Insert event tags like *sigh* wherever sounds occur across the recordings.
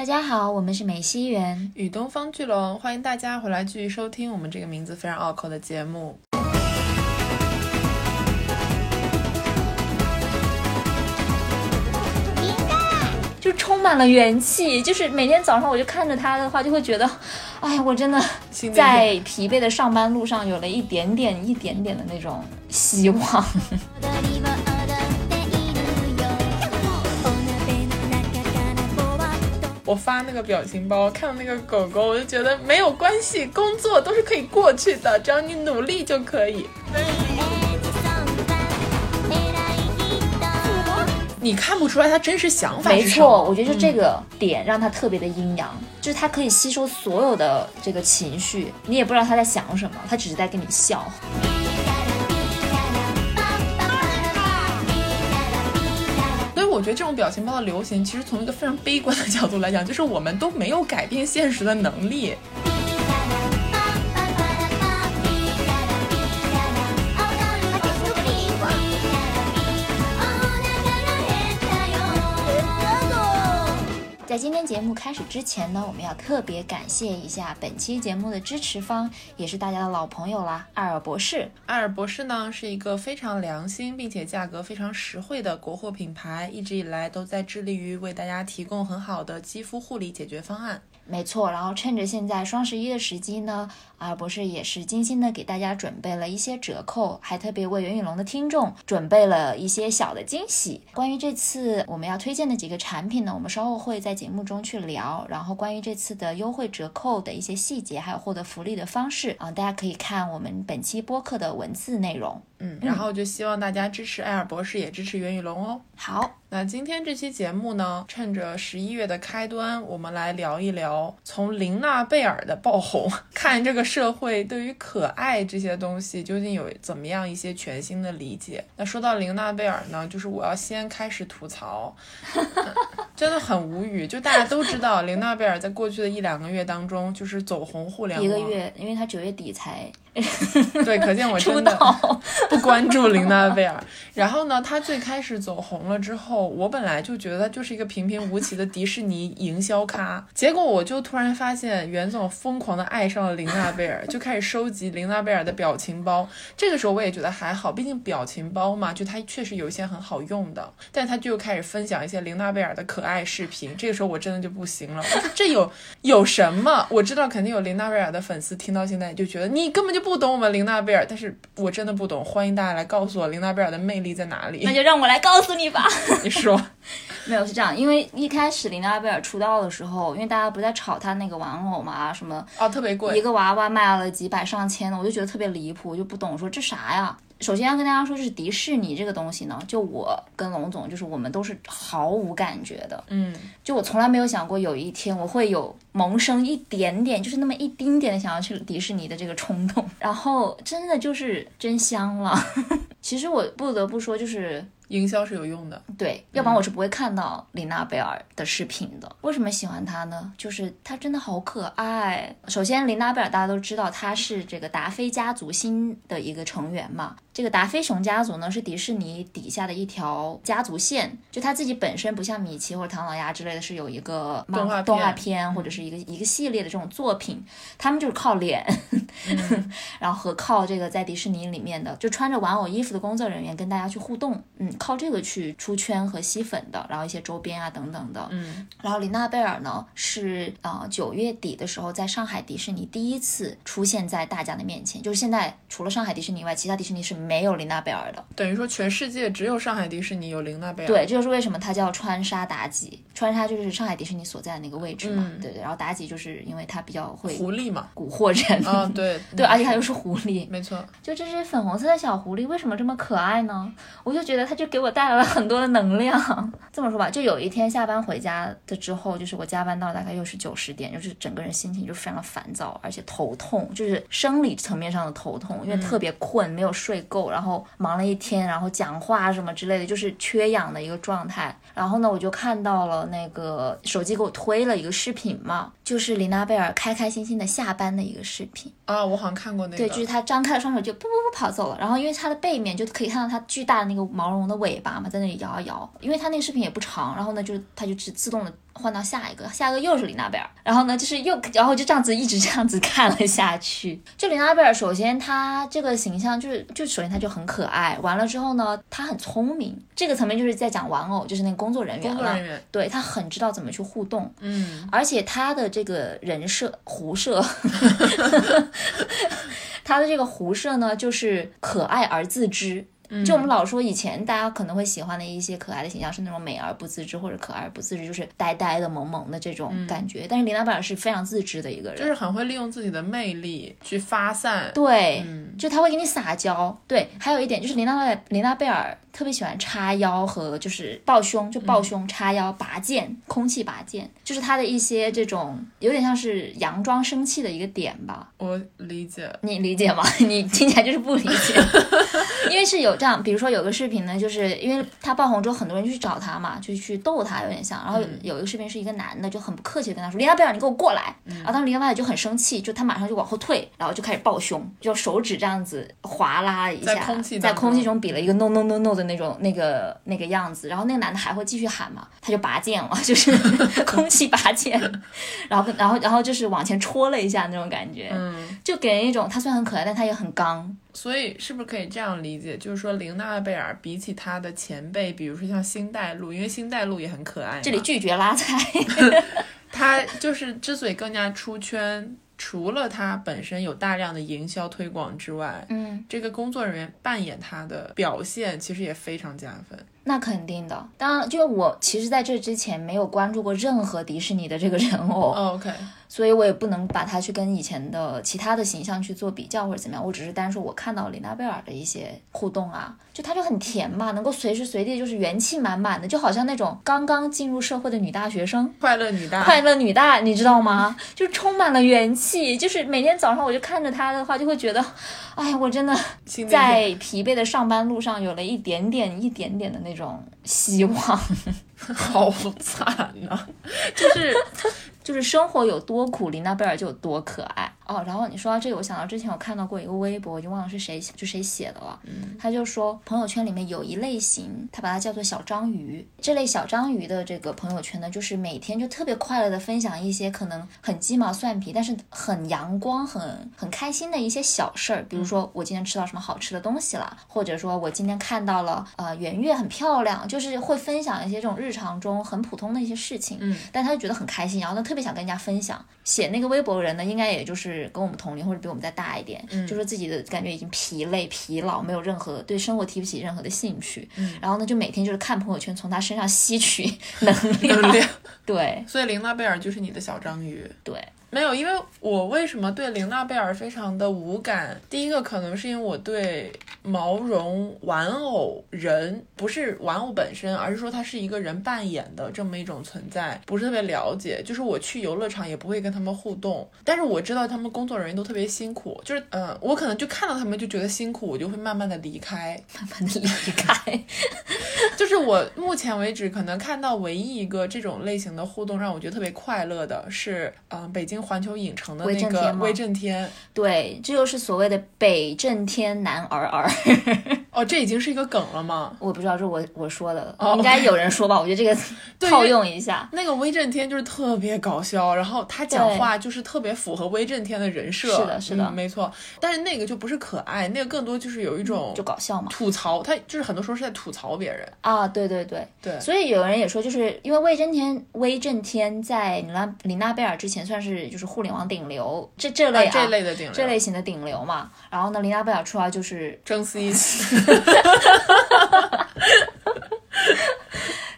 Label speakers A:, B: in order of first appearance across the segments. A: 大家好，我们是美西园，
B: 与东方巨龙，欢迎大家回来继续收听我们这个名字非常拗口的节目。
A: 就充满了元气。就是每天早上我就看着他的话，就会觉得，哎呀，我真的
B: 心里
A: 在疲惫的上班路上有了一点点、一点点的那种希望。
C: 踊りを踊っているよお鍋の中からぼわっと
B: 我发那个表情包，看到那个狗狗，我就觉得没有关系，工作都是可以过去的，只要你努力就可以。
C: エジソンは偉い人
B: 你看不出来他真实想法
A: 没
B: 是什么
A: 错，，我觉得就这个点让他特别的阴阳，就是他可以吸收所有的这个情绪，你也不知道他在想什么，他只是在跟你笑。
B: 所以我觉得这种表情包的流行，其实从一个非常悲观的角度来讲，就是我们都没有改变现实的能力。
A: 在今天节目开始之前呢，我们要特别感谢一下本期节目的支持方，也是大家的老朋友啦，艾尔博士。
B: 艾尔博士呢是一个非常良心并且价格非常实惠的国货品牌，一直以来都在致力于为大家提供很好的肌肤护理解决方案。
A: 没错，然后趁着现在双十一的时机呢，艾尔博士也是精心的给大家准备了一些折扣，还特别为袁宇龙的听众准备了一些小的惊喜。关于这次我们要推荐的几个产品呢，我们稍后会在节目中去聊。然后关于这次的优惠折扣的一些细节，还有获得福利的方式啊、大家可以看我们本期播客的文字内容。
B: 嗯，然后就希望大家支持艾尔博士，也支持袁宇龙哦。
A: 好，
B: 那今天这期节目呢，趁着十一月的开端，我们来聊一聊从琳娜贝尔的爆红， *laughs* 看这个社会对于可爱这些东西究竟有怎么样一些全新的理解。那说到琳娜贝尔呢，就是我要先开始吐槽，呃真的很无语。就大家都知道，琳娜贝尔在过去的一两个月当中，就是走红互联网，
A: 一个月，因为他九月底才
B: 对，可见我
A: 出
B: 真的 *laughs*
A: 道，
B: 不关注琳娜贝尔。然后呢，她最开始走红了之后，我本来就觉得她就是一个平平无奇的迪士尼营销咖，结果我就突然发现袁总疯狂的爱上了琳娜贝尔，就开始收集琳娜贝尔的表情包。这个时候我也觉得还好，毕竟表情包嘛，就它确实有一些很好用的，但他就开始分享一些琳娜贝尔的可爱视频。这个时候我真的就不行了，我说这有有什么？我知道肯定有琳娜贝尔的粉丝听到现在就觉得你根本就不懂我们琳娜贝尔，但是我真的不懂，欢迎大家来告诉我琳娜贝尔的魅力在哪里
A: 那。就让我来告诉你吧。
B: *laughs* 你说，
A: 没有是这样，因为一开始琳娜贝尔出道的时候，因为大家不在炒她那个玩偶嘛，什么
B: 哦，特别
A: 一
B: 贵，
A: 个娃娃卖了几百上千的，我就觉得特别离谱，我就不懂说这啥呀。首先要跟大家说，就是迪士尼这个东西呢，就我跟龙总，就是我们都是毫无感觉的，
B: 嗯，
A: 就我从来没有想过有一天我会有萌生一点点，就是那么一丁点的想要去迪士尼的这个冲动，然后真的就是真香了。 *laughs* 其实我不得不说，就是
B: 营销是有用的。嗯
A: 对，要不然我是不会看到琳娜贝尔的视频的。为什么喜欢她呢？就是她真的好可爱。首先，琳娜贝尔大家都知道，她是这个达菲家族新的一个成员嘛。这个达菲熊家族呢，是迪士尼底下的一条家族线，就它自己本身不像米奇或者唐老鸭之类的，是有一个漫
B: 动画片
A: 动画片或者是一个一个系列的这种作品，他们就是靠脸，然后和靠这个在迪士尼里面的就穿着玩偶衣服的工作人员跟大家去互动，嗯，靠这个去出圈和吸粉的，然后一些周边啊等等的，
B: 嗯，
A: 然后琳娜贝尔呢是呃九月底的时候在上海迪士尼第一次出现在大家的面前，就是现在除了上海迪士尼以外，其他迪士尼是没有琳娜贝尔的，
B: 等于说全世界只有上海迪士尼有琳娜贝尔。
A: 对，这就是为什么它叫川沙妲己，川沙就是上海迪士尼所在的那个位置嘛，
B: 嗯
A: 对对，然后妲己就是因为它比较会
B: 狐狸嘛，
A: 蛊惑人，
B: 啊、对
A: *laughs* 对，而且它又是狐狸，
B: 没错，
A: 就这只粉红色的小狐狸为什么这么可爱呢？我就觉得它就给我带来了很多的能量。 *laughs* 这么说吧，就有一天下班回家的之后，就是我加班到大概又是九十点，就是整个人心情就非常的烦躁，而且头痛，就是生理层面上的头痛，因为特别困，没有睡够，然后忙了一天，然后讲话什么之类的，就是缺氧的一个状态。然后呢，我就看到了那个手机给我推了一个视频嘛，就是琳娜贝尔开开心心的下班的一个视频。
B: 啊，我好像看过那个。
A: 对，就是它张开了双手就噗噗噗跑走了，然后因为它的背面就可以看到它巨大的那个毛茸茸的尾巴嘛，在那里摇啊摇。因为它那个视频也不长，然后呢，就是它就自自动的换到下一个，下一个又是李娜贝尔。然后呢，就是又，然后就这样子一直这样子看了下去。就李娜贝尔，首先她这个形象就是，就首先她就很可爱，完了之后呢，她很聪明。这个层面就是在讲玩偶，就是那个工作人员
B: 工作
A: 了。
B: 人员，
A: 对她很知道怎么去互动，
B: 嗯，
A: 而且他的这个人设胡
B: *laughs*
A: 设，他的这个胡设呢，就是可爱而自知。
B: 嗯
A: 就我们老说以前大家可能会喜欢的一些可爱的形象是那种美而不自知或者可爱而不自知，就是呆呆的、萌萌的这种感觉。但是林娜贝尔是非常自知的一个人，
B: 嗯就是很会利用自己的魅力去发散，
A: 对，
B: 嗯
A: 就他会给你撒娇。对，还有一点就是林娜贝尔，林娜贝尔特别喜欢叉腰和就是抱胸，就抱胸、叉腰、拔剑，空气拔剑，就是他的一些这种有点像是佯装生气的一个点吧。
B: 我理解，
A: 你理解吗？ *laughs* 你听起来就是不理解，因为是有这样，比如说有个视频呢，就是因为他爆红之后，很多人就去找他嘛，就去逗他，有点像。然后有
B: 嗯
A: 有一个视频是一个男的就很不客气的跟他说：“林娜贝尔，你给我过来。”
B: 嗯
A: 然后当时林娜贝尔就很生气，就他马上就往后退，然后就开始抱胸，就手指这样子划拉一下，
B: 在空气当中
A: 在空气中比了一个 no no no no 的那种那个那个样子。然后那个男的还会继续喊嘛，他就拔剑了，就是
B: *laughs*
A: 空气拔剑，然后跟然后然后就是往前戳了一下那种感觉。
B: 嗯，
A: 就给人一种他虽然很可爱，但他也很刚。
B: 所以是不是可以这样理解，就是说玲娜贝尔比起她的前辈，比如说像星黛露，因为星黛露也很可爱嘛，
A: 这里拒绝拉踩， *laughs*
B: 她就是之所以更加出圈，除了她本身有大量的营销推广之外，
A: 嗯，
B: 这个工作人员扮演她的表现其实也非常加分。
A: 那肯定的。当然，就是我其实在这之前没有关注过任何迪士尼的这个人偶，
B: 哦 OK，
A: 所以我也不能把它去跟以前的其他的形象去做比较或者怎么样。我只是单说我看到了李娜贝尔的一些互动啊，就她就很甜嘛，能够随时随地就是元气满满的，就好像那种刚刚进入社会的女大学生。
B: 快乐女大，
A: 快乐女大，你知道吗？ *laughs* 就充满了元气，就是每天早上我就看着她的话，就会觉得，哎，我真的
B: 心里
A: 在疲惫的上班路上有了一点点、一点点的那种希望，
B: 好惨啊呐、 *laughs*
A: 就是就是生活有多苦，林娜贝尔就有多可爱哦。然后你说到这个，我想到之前我看到过一个微博，我已经忘了是谁就谁写的了，他就说朋友圈里面有一类型，他把它叫做小章鱼。这类小章鱼的这个朋友圈呢，就是每天就特别快乐的分享一些可能很鸡毛蒜皮，但是很阳光、很很开心的一些小事儿，比如说我今天吃到什么好吃的东西了，或者说我今天看到了呃圆月很漂亮，就是会分享一些这种日常中很普通的一些事情，嗯，但他就觉得很开心，然后他特别想跟人家分享。写那个微博的人呢，应该也就是跟我们同龄或者比我们再大一点，
B: 嗯
A: 就说自己的感觉已经疲累、疲劳，没有任何对生活提不起任何的兴趣，嗯，然后呢就每天就是看朋友圈，从他身上吸取能量，
B: *laughs* 能量。
A: *laughs* 对
B: 所以玲娜贝尔就是你的小章鱼。
A: 对，
B: 没有，因为我为什么对玲娜贝尔非常的无感？第一个可能是因为我对毛绒玩偶人，不是玩偶本身，而是说它是一个人扮演的这么一种存在，不是特别了解。就是我去游乐场也不会跟他们互动，但是我知道他们工作人员都特别辛苦，就是嗯、呃我可能就看到他们就觉得辛苦，我就会慢慢的离开。
A: 慢慢的离开，
B: 就是我目前为止可能看到唯一一个这种类型的互动让我觉得特别快乐的是，嗯、北京环球影城的
A: 威
B: 那
A: 震
B: 个
A: 天吗
B: 威震天。
A: *laughs* 对，这就是所谓的北震天男儿儿，
B: 哦，这已经是一个梗了吗？
A: *laughs* 我不知道这是我我说的，
B: 哦
A: 应该有人说吧，我觉得
B: *laughs*
A: 这个套用一下。
B: 那个威震天就是特别搞笑，然后他讲
A: 对
B: 话就是特别符合威震天的人设。
A: 是的是的嗯
B: 嗯没错。但是那个就不是可爱，那个更多就是有一种
A: 就搞笑嘛
B: 吐槽，他就是很多时候是在吐槽别人。
A: 啊，对对对
B: 对
A: 所以有人也说，就是因为威震天，威震天在李娜李娜贝尔之前算是就是互联网顶流这这类、啊
B: 啊这类的顶流
A: 这类型的顶流嘛。然后呢，李娜贝尔出来就是
B: 争 C，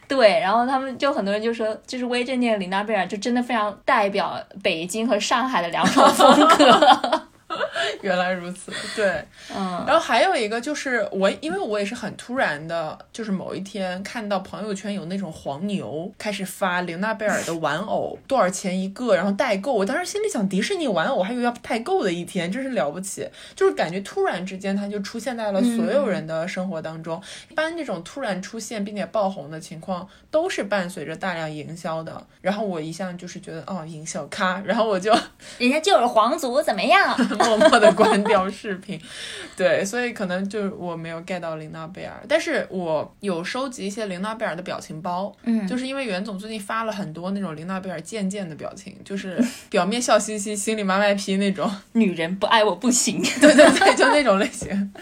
A: 对，然后他们就很多人就说，就是威震天、李娜贝尔就真的非常代表北京和上海的两种 *laughs* 风格。
B: *laughs* 原来如此，对。
A: 嗯，
B: 然后还有一个就是我，因为我也是很突然的，就是某一天看到朋友圈有那种黄牛开始发玲娜贝尔的玩偶，多少钱一个，然后代购。我当时心里想，迪士尼玩偶还有要代购的一天，真是了不起。就是感觉突然之间，它就出现在了所有人的生活当中。一般这种突然出现并且爆红的情况，都是伴随着大量营销的。然后我一向就是觉得，哦，营销咖，然后我就
A: 人家就是皇族，怎么样？ *laughs*
B: *laughs* 默默的关掉视频。对，所以可能就是我没有 get 到玲娜贝尔，但是我有收集一些玲娜贝尔的表情包，
A: 嗯
B: 就是因为袁总最近发了很多那种玲娜贝尔贱贱的表情，就是表面笑嘻嘻，心里妈卖批那种。
A: 女人不爱我不行。
B: 对对对，就那种类型，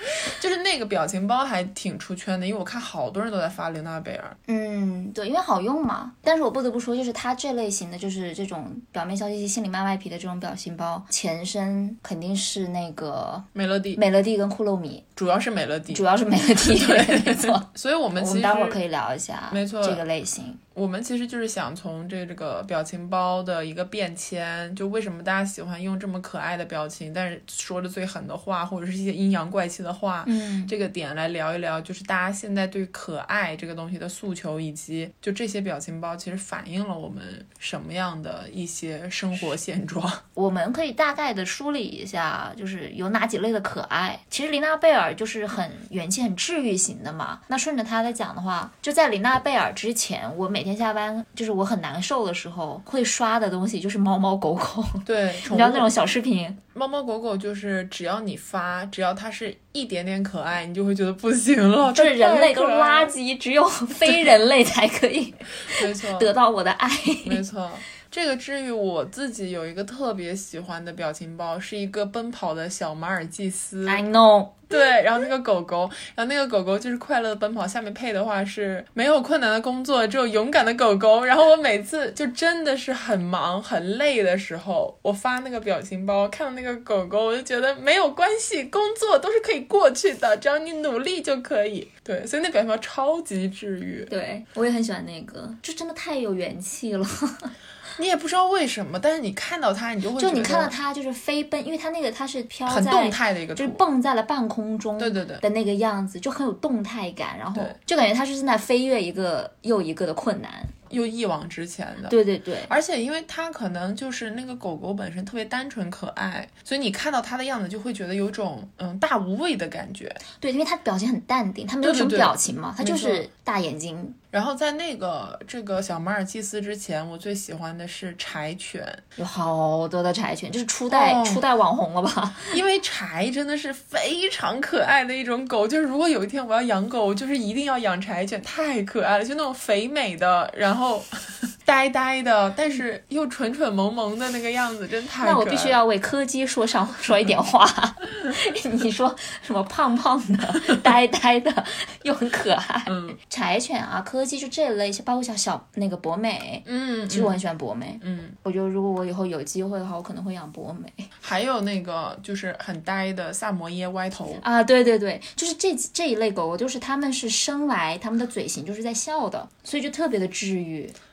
B: 就是那个表情包还挺出圈的，因为我看好多人都在发玲娜贝尔。
A: 嗯，对，因为好用嘛。但是我不得不说，就是它这类型的，就是这种表面笑嘻嘻、心里卖外皮的这种表情包，前身肯定是那个
B: 美乐蒂，
A: 美乐蒂跟库洛米，
B: 主要是美乐蒂
A: 主，要是美乐蒂，没
B: *laughs*
A: 错。
B: 所以我们
A: 我
B: 其
A: 们
B: 实
A: 待会儿可以聊一下，
B: 没错
A: 这个类型。
B: 我们其实就是想从这这个表情包的一个变迁，就为什么大家喜欢用这么可爱的表情，但是说的最狠的话，或者是一些阴阳怪气的话，
A: 嗯，
B: 这个点来聊一聊，就是大家现在对可爱这个东西的诉求，以及就这些表情包其实反映了我们什么样的一些生活
A: *laughs*
B: 现状。
A: 我们可以大概的梳理一下，就是有哪几类的可爱。其实琳娜贝尔就是很元气、很治愈型的嘛。那顺着她来讲的话，就在琳娜贝尔之前，我每天下班就是我很难受的时候，会刷的东西就是猫猫狗狗，
B: 对，
A: 你
B: 宠
A: 知道那
B: 物
A: 种小视频，
B: 猫猫狗狗就是只要你发，只要它是一点点可爱，你就会觉得不行了，
A: 就是人类都
B: 都
A: 是垃圾，只有 *laughs* 非人类才可以
B: 没错，
A: 得到我的爱。
B: 没错，这个至于我自己有一个特别喜欢的表情包，是一个奔跑的小马尔济斯。
A: I know，
B: 对，然后那个狗狗，然后那个狗狗就是快乐的奔跑，下面配的话是没有困难的工作，只有勇敢的狗狗。然后我每次就真的是很忙很累的时候，我发那个表情包，看到那个狗狗，我就觉得没有关系，工作都是可以过去的，只要你努力就可以。对，所以那表情包超级治愈。
A: 对我也很喜欢那个，这真的太有元气了。
B: 你也不知道为什么，但是你看到它，你就会
A: 就你
B: 觉
A: 看
B: 得
A: 到它就是飞奔，因为它那个它是飘
B: 很
A: 哦在
B: 动态的一个图，
A: 就是蹦在了半空中，
B: 对对对
A: 的那个样子，就很有动态感，然后
B: 对
A: 就感觉他是正在飞跃一个又一个的困难。
B: 又一往直前的。
A: 对对对，
B: 而且因为它可能就是那个狗狗本身特别单纯可爱，所以你看到它的样子就会觉得有种嗯大无畏的感觉。
A: 对，因为他表情很淡定，他没有
B: 对对
A: 什么
B: 对
A: 表情嘛，他就
B: 没
A: 是大眼睛。
B: 然后在那个这个小马尔济斯之前，我最喜欢的是柴犬，
A: 有好多的柴犬，就是初代、
B: 哦
A: 初代网红了吧？
B: 因为柴真的是非常可爱的一种狗。就是如果有一天我要养狗，我就是一定要养柴犬，太可爱了，就那种肥美的，然
A: *laughs*
B: 后呆呆的，但是又蠢蠢萌萌的那个样子，真太可爱
A: 那
B: 了。
A: 我必须要为柯基说上说一点
B: *laughs*
A: 话。你说什么胖胖的、呆呆的，又很可爱，
B: 嗯
A: 柴犬啊、柯基就这类，包括像小那个博美，
B: 嗯，
A: 其实我很喜欢博美。
B: 嗯。
A: 我觉得如果我以后有机会的话，我可能会养博美
B: 还有那个就是很呆的萨摩耶歪头，
A: 啊。对对对，就是这这一类狗狗，就是它们是生来它们的嘴型就是在笑的，所以就特别的治愈。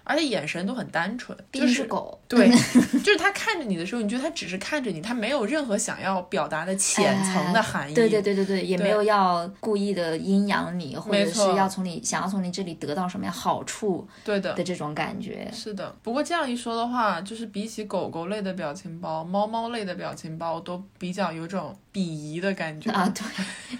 B: 而且眼神都很单纯，
A: 毕
B: 就
A: 竟是
B: 是
A: 狗，
B: 对，就是他看着你的时候，你觉得他只是看着你，他没有任何想要表达的浅层的含义。
A: 哎对对对对对，也
B: 对
A: 没有要故意的阴阳你，或者
B: 没
A: 是
B: 错
A: 要从你想要从你这里得到什么样好处
B: 对的
A: 的。这种感觉。
B: 是的，不过这样一说的话，就是比起狗狗类的表情包，猫猫类的表情包都比较有种鄙夷的感觉。
A: 啊，对， *laughs*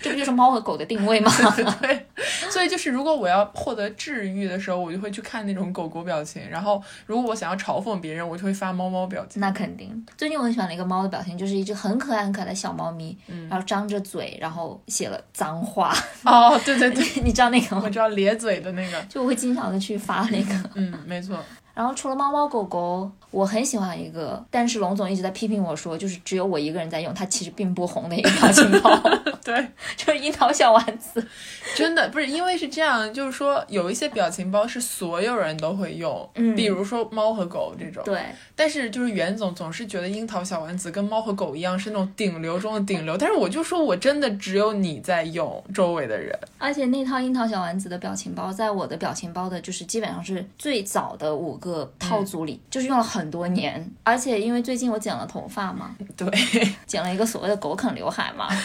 A: 这不就是猫和狗的定位吗？ *laughs*
B: 对，所以就是如果我要获得治愈的时候，我就会去看那种狗狗表情；然后如果我想要嘲讽别人，我就会发猫猫表情。
A: 那肯定。最近我很喜欢的一个猫的表情，就是一只很可爱很可爱的小猫咪，然后张着嘴，然后写了脏话， *laughs*
B: 哦，对对对，
A: 你知道那个吗
B: *laughs* 我？知道咧嘴的那个，
A: 就会经常的去发那
B: *laughs*
A: 个。
B: 嗯，
A: *laughs*
B: 没错。
A: 然后除了猫猫狗狗，我很喜欢一个，但是龙总一直在批评我说，就是只有我一个人在用，它其实并不红的一个表情包，
B: 对，
A: 就是樱桃小丸子。
B: 真的不是因为是这样，就是说有一些表情包是所有人都会用，
A: 嗯
B: 比如说猫和狗这种。
A: 对，
B: 但是就是袁总总是觉得樱桃小丸子跟猫和狗一样是那种顶流中的顶流，但是我就说我真的只有你在用，周围的人
A: 而且那套樱桃小丸子的表情包，在我的表情包的，就是基本上是最早的五个套组里，就是用了很多年。而且因为最近我剪了头发嘛， *laughs*
B: 对，
A: 剪了一个所谓的狗啃刘海嘛。 *laughs*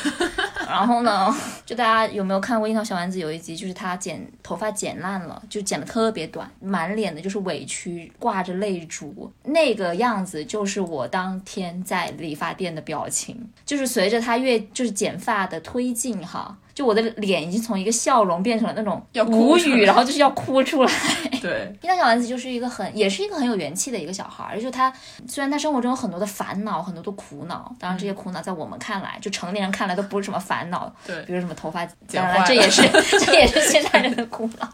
A: 然后呢，就大家有没有看过《樱桃小丸子》有一集，就是他剪头发剪烂了，就剪得特别短，满脸的就是委屈，挂着泪珠，那个样子就是我当天在理发店的表情。就是随着他越就是剪发的推进哈，就我的脸已经从一个笑容变成了那种
B: 要哭
A: 无
B: 出来
A: 语，然后就是要哭出来。
B: 对，
A: 樱桃小丸子就是一个很，也是一个很有元气的一个小孩儿。就他虽然他生活中有很多的烦恼，很多的苦恼，当然
B: 嗯
A: 这些苦恼在我们看来，就成年人看来都不是什么烦恼。
B: 对
A: 比如什么头发，
B: 剪
A: 当
B: 坏
A: 然
B: 了
A: 这也是这也是现代
B: *laughs*
A: 人的苦恼。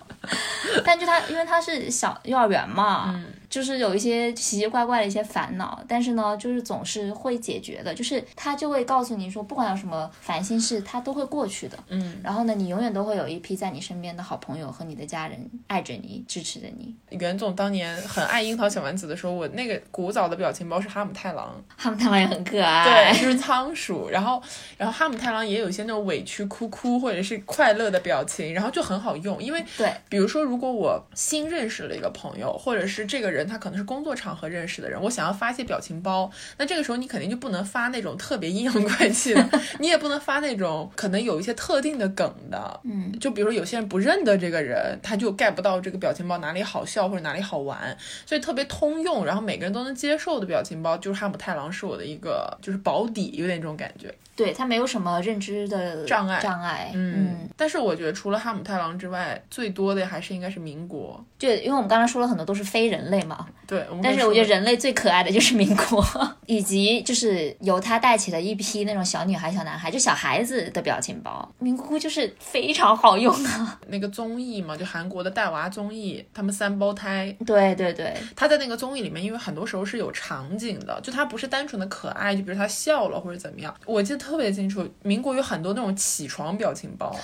A: 但就他，因为他是小幼儿园嘛，
B: 嗯
A: 就是有一些奇奇怪怪的一些烦恼，但是呢，就是总是会解决的。就是他就会告诉你说，不管有什么烦心事，他都会过去的。
B: 嗯，
A: 然后呢，你永远都会有一批在你身边的好朋友和你的家人爱着你、支持着你。
B: 袁总当年很爱樱桃小丸子的时候，我那个古早的表情包是哈姆太郎，
A: 他们他们也很可爱。
B: 对，就是仓鼠，然后然后哈姆太郎也有一些那种委屈哭哭或者是快乐的表情，然后就很好用，因为
A: *laughs* 对
B: 比如说，如果我新认识了一个朋友，或者是这个人他可能是工作场合认识的人，我想要发一些表情包，那这个时候你肯定就不能发那种特别阴阳怪
A: *laughs*
B: 气的，你也不能发那种可能有一些特定的梗的。
A: 嗯，
B: 就比如说有些人不认得这个人，他就 get 不到这个表情包哪里好笑或者哪里好玩，所以特别通用，然后每个人都能接受的表情包，就是哈姆太郎是我的一个就是保底，有点这种感觉。
A: 对他没有什么认知的
B: 障碍
A: 障碍，
B: 嗯，但是我觉得除了哈姆太郎之外，最多的还是应该是民国。
A: 就因为我们刚才说了很多都是非人类嘛，
B: 对，我们
A: 但
B: 刚
A: 是我
B: 说
A: 觉得
B: 了
A: 人类最可爱的就是民国， *laughs* 以及就是由他带起了一批那种小女孩、小男孩，就小孩子的表情包，民姑姑就是非常好用啊。 *laughs*
B: 那个综艺嘛，就韩国的带娃综艺，他们三胞胎，
A: 对对对，
B: 他在那个综艺里面，因为很多时候是有场景的，就他不是单纯的可爱，就比如他笑了或者怎么样。我记得特别清楚，民国有很多那种起床表情
A: *laughs*
B: 包。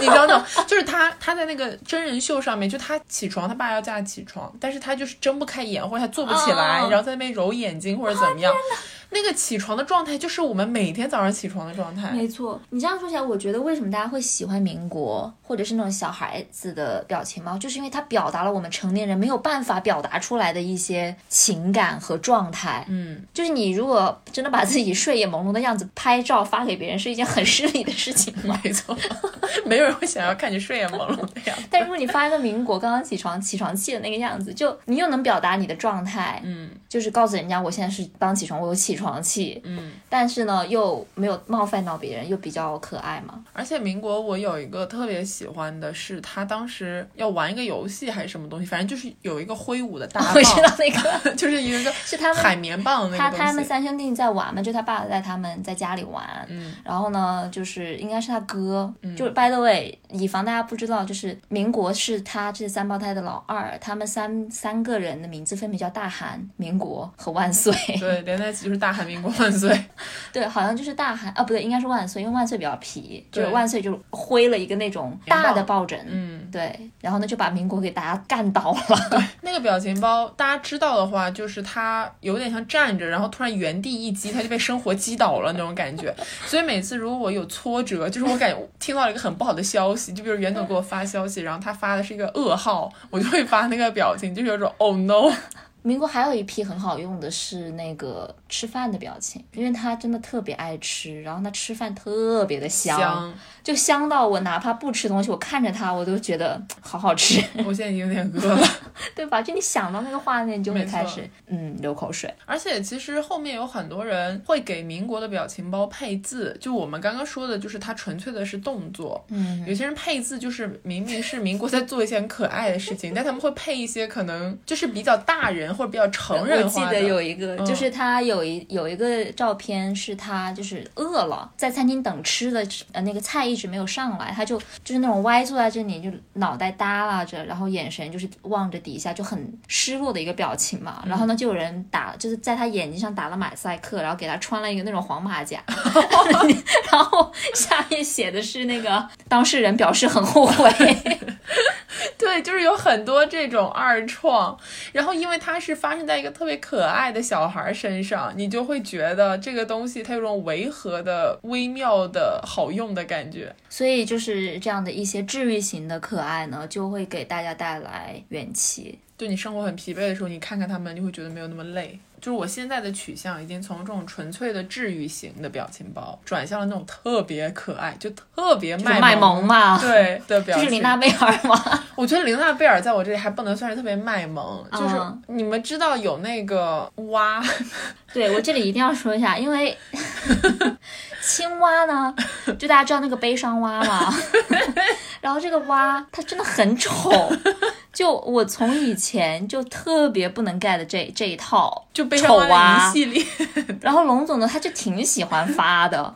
B: 你知道吗？就是他，他在那个真人秀上面，就他起床，他爸要叫他起床，但是他就是睁不开眼，或者他坐不起来，
A: 哦
B: 然后在那边揉眼睛或者怎么样。那个起床的状态，就是我们每天早上起床的状态。
A: 没错。你这样说起来，我觉得为什么大家会喜欢民国，或者是那种小孩子的表情包，就是因为它表达了我们成年人没有办法表达出来的一些情感和状态。
B: 嗯，
A: 就是你如果真的把自己睡眼朦胧的样子拍照发给别人，是一件很失礼的事情
B: *laughs*
A: 嘛。
B: 没错，没有人会想要看你睡眼朦胧的样子。
A: 但如果你发一个民国刚刚起床起床气的那个样子，就你又能表达你的状态，
B: 嗯
A: 就是告诉人家我现在是刚起床，我有起床气，
B: 嗯，
A: 但是呢又没有冒犯到别人，又比较可爱嘛。
B: 而且民国我有一个特别喜欢的是，他当时要玩一个游戏还是什么东西，反正就是有一个挥舞的大棒，
A: *laughs* 我知道那个
B: *laughs* 就是有一个
A: 是他们
B: 海绵棒的那
A: 他
B: 个
A: 他们
B: 东西。
A: 三兄弟在玩嘛，就他爸带他们在家里玩，
B: 嗯，
A: 然后呢，就是应该是他哥，就是 by the way，以防大家不知道，就是民国是他这三胞胎的老二，他们三三个人的名字分别叫大韩、民国和万岁， *laughs*
B: 对，连在一起就是大韩民国万岁。
A: 对，好像就是大韩啊，不对，应该是万岁，因为万岁比较皮，就是
B: 对
A: 万岁就挥了一个那种大的抱枕，
B: 嗯，
A: 对，然后呢就把民国给大家干倒了，
B: 那个表情包大家知道的话，就是他有点像站着，然后突然原地一击，他就被生活击倒了那种感觉。 *laughs* 所以每次如果我有挫折，就是我感觉听到了一个很不好的消息，就比如袁总给我发消息，然后他发的是一个噩耗，我就会发那个表情，就是有种 oh no。
A: 民国还有一批很好用的是那个吃饭的表情，因为他真的特别爱吃，然后他吃饭特别的香，
B: 香，
A: 就香到我哪怕不吃东西，我看着他我都觉得好好吃， *laughs*
B: 我现在已经有点饿了。 *laughs*
A: 对吧？就你想到那个画面，你就会
B: 没错
A: 开始嗯流口水。
B: 而且其实后面有很多人会给民国的表情包配字，就我们刚刚说的，就是它纯粹的是动作。
A: 嗯，
B: 有些人配字就是明明是民国在做一些很可爱的事情，但他们会配一些可能就是比较大人或者比较成
A: 我
B: 人
A: 记
B: 化
A: 得有一个，就是他有一有一个照片是他就是饿了，在餐厅等吃的呃那个菜一直没有上来，他就就是那种歪坐在这里，就脑袋耷拉着，然后眼神就是望着底下，就很失落的一个表情嘛。然后呢，就有人打就是在他眼睛上打了马赛克，然后给他穿了一个那种黄马甲， *laughs* 然后下面写的是那个当事人表示很后悔。
B: 对，就是有很多这种二创，然后因为它是发生在一个特别可爱的小孩身上，你就会觉得这个东西它有种违和的、微妙的好用的感觉。
A: 所以就是这样的一些治愈型的可爱呢，就会给大家带来元气。
B: 就你生活很疲惫的时候，你看看他们，你会觉得没有那么累。就是我现在的取向已经从这种纯粹的治愈型的表情包，转向了那种特别可爱，就特别
A: 就是
B: 卖
A: 卖萌嘛，，
B: *laughs* 对的
A: *laughs*
B: 表
A: 就
B: 情。
A: 是琳娜贝尔嘛。 *laughs*
B: 我觉得琳娜贝尔在我这里还不能算是特别卖萌，就是
A: 嗯
B: 你们知道有那个蛙， *laughs*
A: 对我这里一定要说一下，因为青蛙呢，就大家知道那个悲伤蛙
B: *laughs*
A: 嘛，然后这个蛙它真的很
B: *laughs*
A: 丑，就我从以前就特别不能 get 这这一套，
B: 就悲
A: 丑
B: 伤蛙
A: 蛙
B: 一系列， *laughs*
A: 然后龙总呢，他就挺喜欢发的，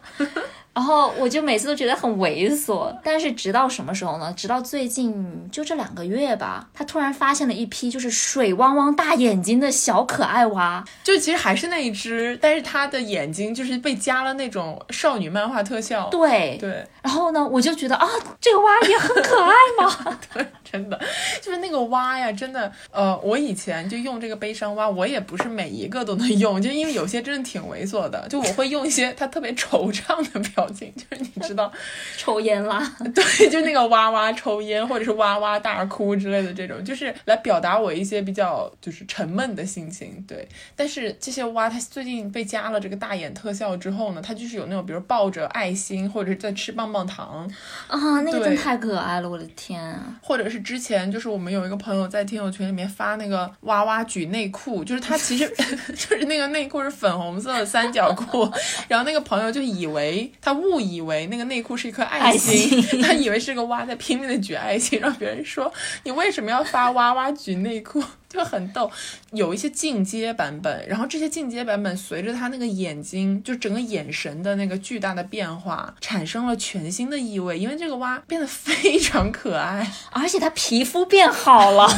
A: 然后我就每次都觉得很猥琐。但是直到什么时候呢？直到最近就这两个月吧，他突然发现了一批就是水汪汪大眼睛的小可爱蛙，
B: 就其实还是那一只，但是它的眼睛就是被加了那种少女漫画特效。
A: 对，
B: 对，
A: 然后呢，我就觉得啊，这个蛙也很可爱嘛，
B: 真的 *laughs* 就是那个蛙呀，真的，呃，我以前就用这个悲伤蛙，我也不是每一个都能用，就因为有些真的挺猥琐的，就我会用一些它特别惆怅的表情，就是你知道，
A: *laughs*
B: *laughs*
A: 抽烟啦，
B: 对，就那个哇哇抽烟或者是哇哇大哭之类的这种，就是来表达我一些比较就是沉闷的心情。对，但是这些蛙它最近被加了这个大眼特效之后呢，它就是有那种比如抱着爱心或者是在吃棒棒糖，
A: 啊，那个真
B: 对
A: 太可爱了，我的天啊！
B: 或者是之前就是我们有一个朋友在听友群里面发那个娃娃举内裤，就是他其实 *laughs* 就是那个内裤是粉红色的三角裤， *laughs* 然后那个朋友就以为他误以为那个内裤是一颗爱心，
A: 爱心
B: 他以为是个蛙在拼命的举爱心，让别人说你为什么要发娃娃举内裤。 *laughs* 就很逗，有一些进阶版本，然后这些进阶版本随着他那个眼睛，就整个眼神的那个巨大的变化，产生了全新的意味，因为这个蛙变得非常可爱。
A: 而且它皮肤变好了，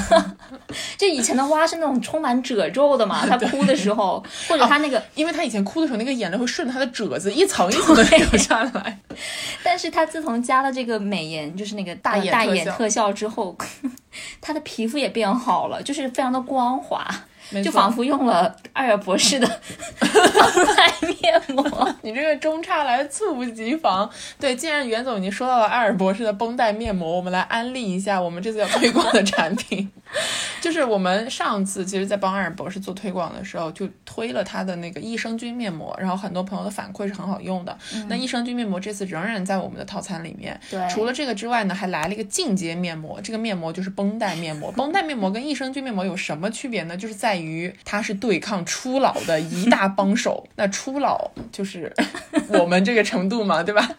A: 就以前的蛙是那种充满褶皱的嘛，它哭的时候，或者它那个
B: 因为他以前哭的时候，那个眼泪会顺着他的褶子一层一层 *laughs* 的流下来。
A: 但是他自从加了这个美颜，就是那个
B: 大
A: 呃
B: 眼
A: 大
B: 特
A: 眼
B: 效
A: 特效之后， *laughs* 他的皮肤也变好了，就是非常的光滑，
B: 没
A: 就
B: 错
A: 仿佛用了艾尔博士的 *laughs* 防晒面膜。
B: 你这个中差来的猝不及防。对，既然袁总已经说到了艾尔博士的绷带面膜，我们来安利一下我们这次要推广的产品。就是我们上次其实，在帮艾尔博士做推广的时候，就推了他的那个益生菌面膜，然后很多朋友的反馈是很好用的。那益生菌面膜这次仍然在我们的套餐里面。
A: 对
B: 除了这个之外呢，还来了一个进阶面膜，这个面膜就是绷带面膜。绷带面膜跟益生菌面膜有什么区别呢？就是在于它是对抗初老的一大帮手。那初老就是 *laughs* 我们这个程度嘛，对吧？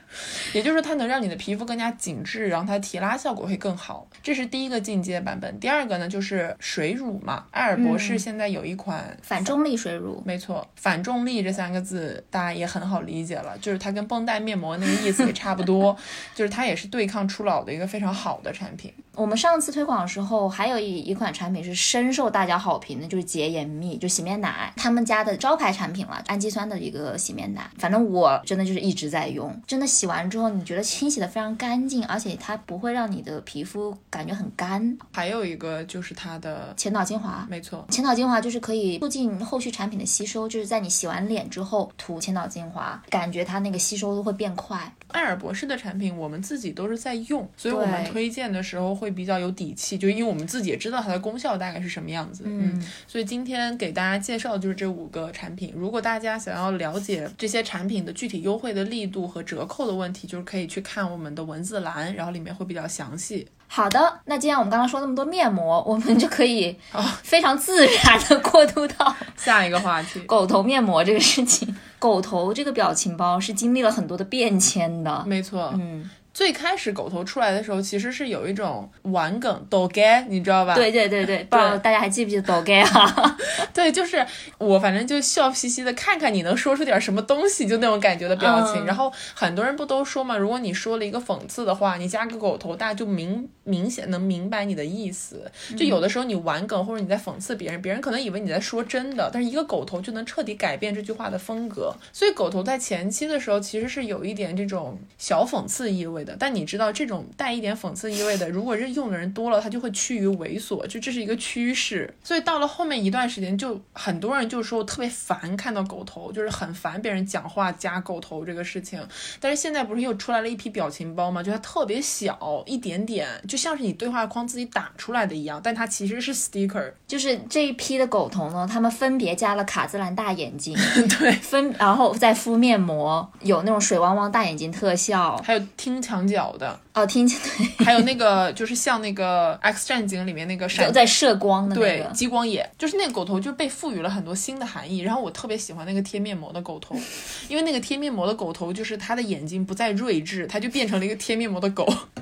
B: 也就是说，它能让你的皮肤更加紧致，然后它提拉效果会更好。这是第一个进阶版本。第二个呢，就是水乳嘛，艾尔博士现在有一款
A: *laughs* 嗯反重力水乳，
B: 没错，反重力这三个字大家也很好理解了，就是它跟绷带面膜那个意思也差
A: *laughs*
B: 不多，就是它也是对抗初老的一个非常好的产品。
A: 我们上次推广的时候，还有一一款产品是深受大家好评的，就是洁颜蜜，就洗面奶，他们家的招牌产品了，氨基酸的一个洗面奶。反正我真的就是一直在用，真的洗完之后，你觉得清洗的非常干净，而且它不会让你的皮肤感觉很干。
B: 还有一个就是它的，
A: 前导精华。
B: 没错，
A: 前导精华就是可以促进后续产品的吸收，就是在你洗完脸之后涂前导精华，感觉它那个吸收会变快。
B: 艾尔博士的产品我们自己都是在用，所以我们
A: 对
B: 推荐的时候会比较有底气，就因为我们自己也知道它的功效大概是什么样子。嗯，所以今天给大家介绍的就是这五个产品。如果大家想要了解这些产品的具体优惠的力度和折扣的问题，就是可以去看我们的文字栏，然后里面会比较详细。
A: 好的，那既然我们刚刚说那么多面膜，我们就可以 *laughs* 非常自然的过渡到，
B: 下一个话题
A: 狗头面膜这个事情。狗头这个表情包是经历了很多的变迁的，
B: 没错，
A: 嗯，
B: 最开始狗头出来的时候，其实是有一种玩梗抖 gay，你知道吧？
A: 对对对对，不知道大家还记不记得抖 gay 啊？
B: 对，就是我反正就笑嘻嘻的看看你能说出点什么东西，就那种感觉的表
A: 嗯
B: 情。然后很多人不都说嘛，如果你说了一个讽刺的话，你加个狗头，大家就明明显能明白你的意思。就有的时候你玩梗或者你在讽刺别人，别人可能以为你在说真的，但是一个狗头就能彻底改变这句话的风格。所以狗头在前期的时候其实是有一点这种小讽刺意味的，但你知道这种带一点讽刺意味的，如果是用的人多了，它就会趋于猥琐，就这是一个趋势。所以到了后面一段时间，就很多人就说我特别烦看到狗头，就是很烦别人讲话加狗头这个事情。但是现在不是又出来了一批表情包嘛，就它特别小一点点，就像是你对话框自己打出来的一样，但它其实是 *laughs* sticker。
A: *laughs* 就是这一批的狗头呢，他们分别加了卡姿兰大眼睛，
B: 对，
A: 分然后再敷面膜，有那种水汪汪大眼睛特效，
B: 还有听长脚的，
A: 哦，听
B: *laughs*
A: 见对，
B: 还有那个就是像那 *laughs* 个《X 战警》里面那个闪
A: 有在射光的那
B: 对，
A: 个，
B: 激光眼就是那个狗头，就被赋予了很多新的含义。然后我特别喜欢那个贴面膜的狗头， *laughs* 因为那个贴面膜的狗头就是它的眼睛不再睿智，它就变成了一个贴面膜的狗， *laughs*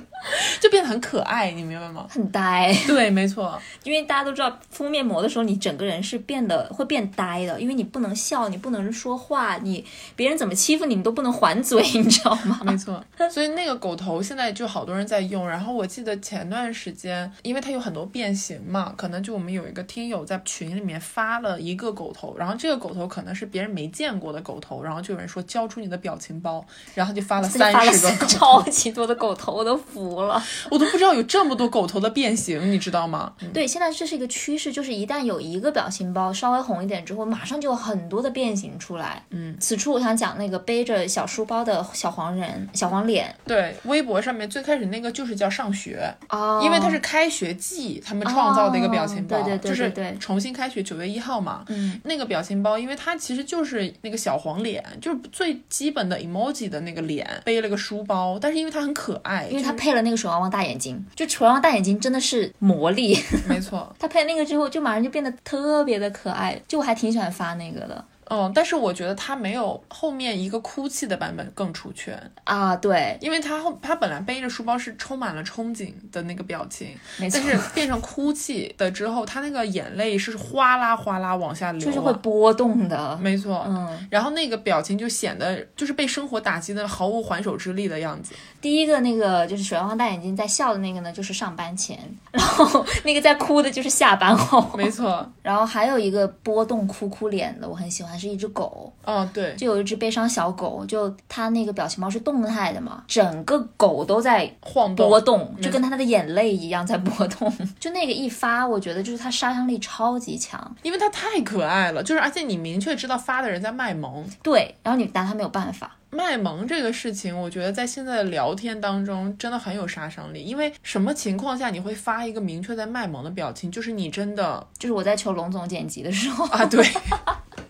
B: 就变得很可爱，你明白吗？
A: 很呆。
B: 对，没错，
A: 因为大家都知道敷面膜的时候，你整个人是变得会变呆的，因为你不能笑，你不能说话，你别人怎么欺负你，你都不能还嘴， *laughs* 你知道吗？
B: *laughs* 没错。所以那个狗头现在就好多人在用。然后我记得前段时间，因为它有很多变形嘛，可能就我们有一个听友在群里面发了一个狗头，然后这个狗头可能是别人没见过的狗头，然后就有人说交出你的表情包，然后就发了
A: 这就发
B: 三
A: 了
B: 十个狗头。
A: 超级多的狗头，我都服了。
B: 我都不知道有这么多狗头的变形，你知道吗？
A: 对，现在这是一个趋势，就是一旦有一个表情包稍微红一点之后，马上就有很多的变形出来。嗯，此处我想讲那个背着小书包的小黄人、小黄脸
B: 对，微博上面最开始那个就是叫上学，
A: 哦
B: 因为它是开学季他们创造的一个表情包，
A: 哦对对对对对
B: 就是重新开学九月一号嘛。嗯，那个表情包，因为它其实就是那个小黄脸，就是最基本的 emoji 的那个脸，背了个书包，但是因为它很可爱，
A: 因为
B: 就
A: 他配了那个水汪汪大眼睛，就水汪汪大眼睛真的是魔力。 *laughs*
B: 是没错。
A: 他配那个之后，就马上就变得特别的可爱，就我还挺喜欢发那个的
B: 嗯，但是我觉得它没有后面一个哭泣的版本更出圈，
A: 啊。对，
B: 因为它后它本来背着书包是充满了憧憬的那个表情，
A: 没错
B: 但，是变成哭泣的之后，他那个眼泪是哗啦哗啦往下流、啊，
A: 就是会波动的。
B: 没错，
A: 嗯，
B: 然后那个表情就显得就是被生活打击的毫无还手之力的样子。
A: 第一个那个就是水汪汪大眼睛在笑的那个呢，就是上班前；然后那个在哭的就是下班后。
B: 没错，
A: 然后还有一个波动哭哭脸的，我很喜欢，是一只狗，
B: 嗯，对，
A: 就有一只悲伤小狗，就它那个表情包是动态的嘛，整个狗都在
B: 晃动
A: 波动，就跟它的眼泪一样在波动。嗯 *laughs* 就那个一发，我觉得就是它杀伤力超级强，
B: 因为它太可爱了，就是而且你明确知道发的人在卖萌。
A: 对，然后你拿它没有办法。
B: 卖萌这个事情，我觉得在现在的聊天当中真的很有杀伤力，因为什么情况下你会发一个明确在卖萌的表情，就是你真的
A: 就是我在求龙总剪辑的时候，
B: 啊，对，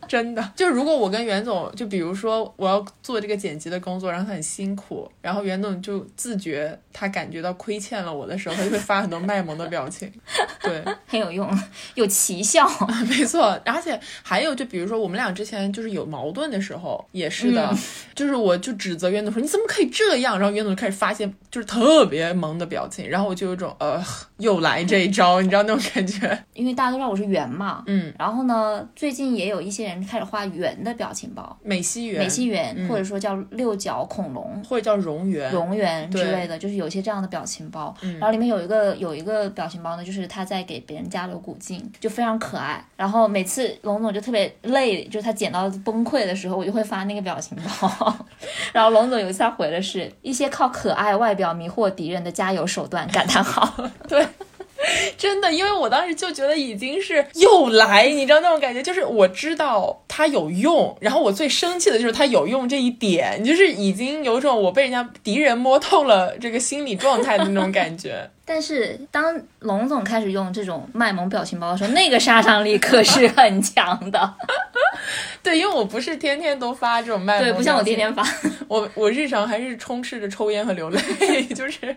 B: 真的，就是如果我跟袁总，就比如说我要做这个剪辑的工作，然后他很辛苦，然后袁总就自觉他感觉到亏欠了我的时候，他就会发很多卖萌的表情，对，
A: *laughs*
B: *laughs*
A: 很有用，有奇效。
B: 没错，而且还有就比如说我们俩之前就是有矛盾的时候也是的，
A: 嗯
B: 就是我就指责袁总说你怎么可以这样，然后袁总就开始发现就是特别萌的表情，然后我就有一种呃 *laughs* 又来这一招，你知道那种感觉，
A: 因为大家都知道我是圆嘛，
B: 嗯，
A: 然后呢，最近也有一些人开始画圆的表情包，
B: 美西园，
A: 美西圆、
B: 嗯
A: 或者说叫六角恐龙。
B: 或者叫容园，
A: 龙圆之
B: 嗯对嗯
A: 类的，就是有一些这样的表情包，然后里面有一个有一个表情包呢，就是他在给别人加油鼓劲，就非常可爱。然后每次龙总就特别累，就是他剪到崩溃的时候，我就会发那个表情包。 *laughs* 然后龙总有一次他回的是一些靠可爱外表迷惑敌人的加油手段，感叹号。 *laughs*
B: 真的，因为我当时就觉得已经是又来，你知道那种感觉，就是我知道它有用，然后我最生气的就是它有用这一点，就是已经有种我被人家敌人摸透了这个心理状态的那种感觉。
A: 但是当龙总开始用这种卖萌表情包的时候，那个杀伤力可是很强的，
B: *laughs* 对，因为我不是天天都发这种卖萌，
A: 对，不像我天，天发。
B: 我我日常还是充斥着抽烟和流泪， *laughs* 就是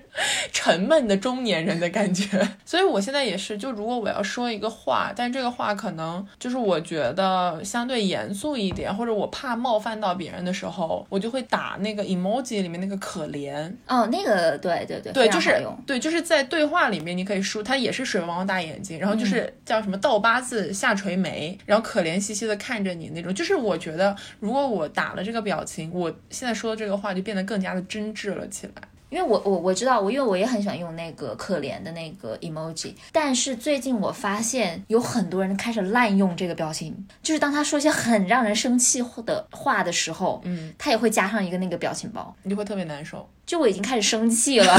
B: 沉闷的中年人的感觉。所以我现在也是，就如果我要说一个话，但这个话可能就是我觉得相对严肃一点，或者我怕冒犯到别人的时候，我就会打那个 emoji 里面那个可怜。
A: 哦，那个对对对，
B: 对，
A: 非
B: 就
A: 常好
B: 是
A: 用。
B: 对，就是在对话里面，你可以说他也是水汪汪大眼睛，
A: 嗯
B: 然后就是叫什么倒八字下垂眉，然后可怜兮兮的看着你那种。就是我觉得，如果我打了这个表情，我现在说的这个话就变得更加的真挚了起来。
A: 因为我我我知道，我因为我也很喜欢用那个可怜的那个 emoji，但是最近我发现有很多人开始滥用这个表情，就是当他说一些很让人生气的话的时候，嗯，他也会加上一个那个表情包。
B: 你就会特别难受。
A: 就我已经开始生气 *laughs* 了，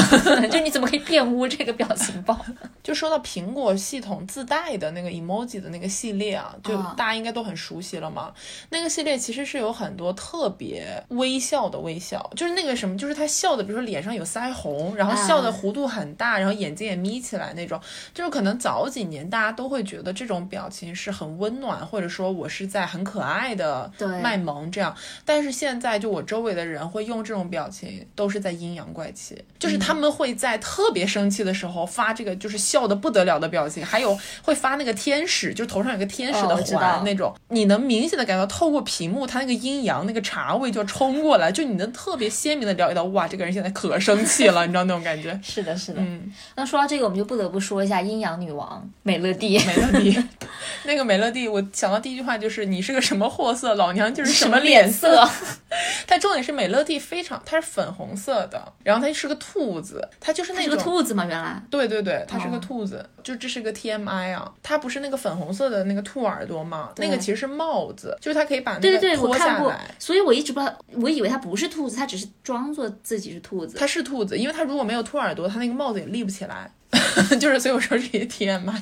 A: 就你怎么可以玷污这个表情包？
B: 就说到苹果系统自带的那个 emoji 的那个系列啊，就
A: 啊
B: 大家应该都很熟悉了嘛。那个系列其实是有很多特别微笑的微笑，就是那个什么，就是他笑的，比如说脸上有腮红，然后笑的
A: 啊
B: 弧度很大，然后眼睛也眯起来那种。就是可能早几年大家都会觉得这种表情是很温暖，或者说我是在很可爱的
A: 对
B: 卖萌这样。但是现在就我周围的人会用这种表情，都是在阴阳怪气，就是
A: 嗯
B: 他们会在特别生气的时候发这个，就是笑的不得了的表情，还有会发那个天使，就是头上有个天使
A: 哦
B: 的
A: 我知
B: 环
A: 道。
B: 那种，你能明显的感觉到透过屏幕，它那个阴阳那个茶味就冲过来，就你能特别鲜明的了解到，哇，这个人现在可生气了，你知道那种感觉
A: *laughs* 是的，是的。
B: 嗯，
A: 那说到这个，我们就不得不说一下阴阳女王美乐 *laughs* 蒂。
B: 美乐蒂，那个美乐蒂，我想到第一句话就是你是个什么货色，老娘就是什么脸色。
A: 色？
B: 但重点是美乐蒂非常，它是粉红色的，然后它是个兔子，它就是
A: 那
B: 那
A: 是个
B: 种。
A: 兔子吗？原来
B: 对对对，它是个
A: 哦
B: 兔子，就这是个 TMI 啊，它不是那个粉红色的那个兔耳朵吗？
A: 对
B: 那个其实是帽子，就是它可以把那
A: 对
B: 个
A: 对对，我
B: 脱下
A: 看过
B: 来。，
A: 所以我一直不知道，我以为它不是兔子，它只是装作自己是兔子。
B: 它是兔子，因为它如果没有兔耳朵，它那个帽子也立不起来。 *laughs* 就是，所以我说这些 TMI。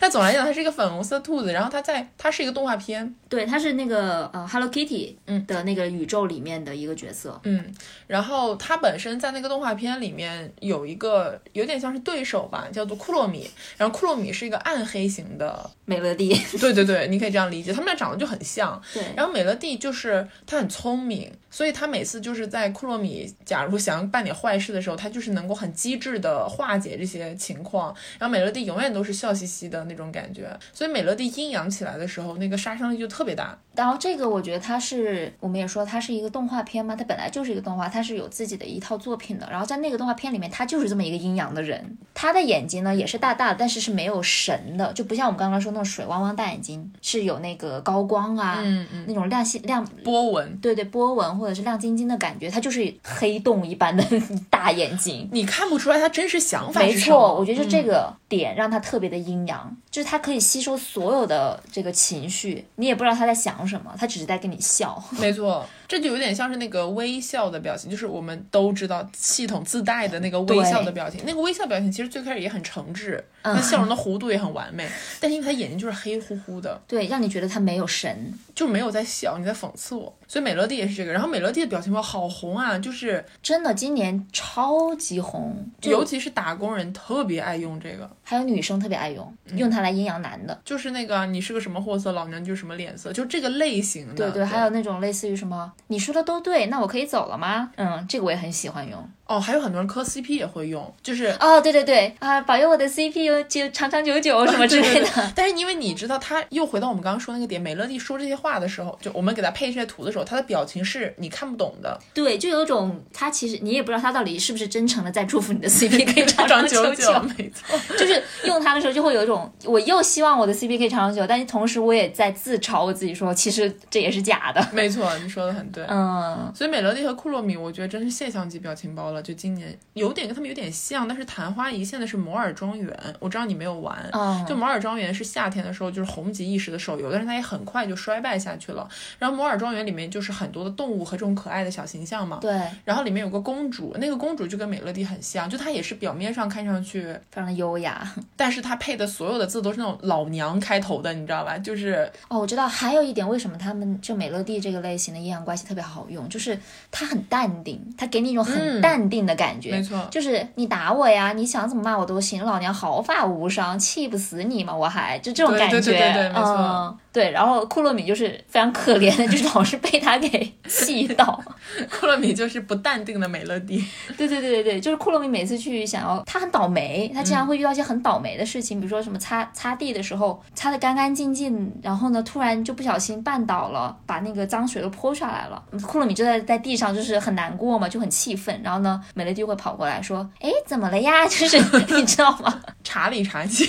B: 但总来讲，它是一个粉红色兔子，然后它在它是一个动画片，
A: 对，它是那个呃 Hello Kitty
B: 嗯
A: 的那个宇宙里面的一个角色。
B: 嗯，然后他本身在那个动画片里面有一个有点像是对手吧，叫做库洛米。然后库洛米是一个暗黑型的，
A: 美乐蒂，
B: 对对对，你可以这样理解，他们俩长得就很像。
A: 对，
B: 然后美乐蒂就是她很聪明，所以她每次就是在库洛米假如想办点坏事的时候，她就是能够很机智的化解这些情况。然后美乐蒂永远都是笑嘻嘻的那种感觉，所以美乐蒂阴阳起来的时候，那个杀伤力就特别大。
A: *laughs* 然后这个我觉得它是，我们也说它是一个动画片嘛，它本来就是一个动画，它是有自己的一套作品的。然后在那个动画片里面，他就是这么一个阴阳的人，他的眼睛呢也是大大的，但是是没有神的，就不像我们刚刚说那种水汪汪大眼睛，是有那个高光啊，
B: 嗯嗯，
A: 那种亮星亮。
B: 波纹。
A: 对对，波纹或者是亮晶晶的感觉，它就是黑洞一般的 *laughs* 大眼睛。
B: 你看不出来他真实想法
A: 没
B: 是什么
A: 错，我觉得就这个点让他特别的阴阳，就是他可以吸收所有的这个情绪，你也不知道他在想什么，他只是在跟你
B: *laughs*
A: 笑。
B: 没错，这就有点像是那个微笑的表情，就是我们都知道系统自带的那个微笑的表情。那个微笑表情其实最开始也很诚挚，
A: 嗯
B: 那
A: *laughs*
B: 笑容的弧度也很完美，但是因为他眼睛就是黑乎乎的，
A: 对，让你觉得他没有神。
B: 就没有在笑，你在讽刺我。所以美乐蒂也是这个，然后美乐蒂的表情包好红啊，就是
A: 真的，今年超级红，就
B: 尤其是打工人特别爱用这个，
A: 还有女生特别爱用，
B: 嗯
A: 用它来阴阳男的。
B: 就是那个你是个什么货色，老娘就是什么脸色，就这个类型的。
A: 对对，还有那种类似于什么，你说的都对，那我可以走了吗？嗯，这个我也很喜欢用。
B: 哦，还有很多人磕 CP 也会用，就是
A: 哦，对对对，啊，保佑我的 CP 就长长久久什么之类
B: 啊对
A: 的
B: 对。对但是因为你知道，他又回到我们刚刚说那个点，美乐蒂说这些话的时候，就我们给他配这些图的时候，他的表情是你看不懂的，
A: 对，就有种他其实你也不知道他到底是不是真诚的在祝福你的 *laughs* CP 可以长
B: 长
A: 长
B: 久
A: 久久，
B: 没错。
A: *laughs* 就是用它的时候就会有一种我又希望我的 CP 可以长长久久，但是同时我也在自嘲我自己说，其实这也是假的。
B: 没错，你说的很对。
A: 嗯，
B: 所以美乐蒂和库洛米，我觉得真是现象级表情包了。就今年有点跟他们有点像，但是昙花一现的是摩尔庄园，我知道你没有玩。
A: 哦
B: 就摩尔庄园是夏天的时候就是红极一时的手游，但是它也很快就衰败下去了。然后摩尔庄园里面就是很多的动物和这种可爱的小形象嘛。
A: 对，
B: 然后里面有个公主，那个公主就跟美乐蒂很像，就她也是表面上看上去，
A: 非常的优雅。
B: 但是她配的所有的字都是那种老娘开头的，你知道吧？就是
A: 哦，我知道，还有一点，为什么他们就美乐蒂这个类型的阴阳关系特别好用，就是它很淡定，它给你一种很
B: 嗯
A: 淡定的感觉。
B: 没错
A: 就是你打我呀，你想怎么骂我都行，老娘毫发无伤，气不死你嘛，我还就这种
B: 对
A: 感觉。
B: 对对对对没错
A: 嗯，对。然后库洛米就是非常可怜的，就是老是被他给 *laughs* 气到。
B: 库洛米就是不淡定的美乐蒂，
A: 对对对对对，就是库洛米每次去想要，他很倒霉，他经常会遇到一些很倒霉的事情，比如说什么擦擦地的时候擦得干干净净，然后呢突然就不小心绊倒了，把那个脏水都泼下来了。库洛米就在在地上就是很难过嘛，就很气愤，然后呢美乐蒂会跑过来说，哎怎么了呀？就是 *laughs* 你知道吗？
B: 查理 *laughs* 查气。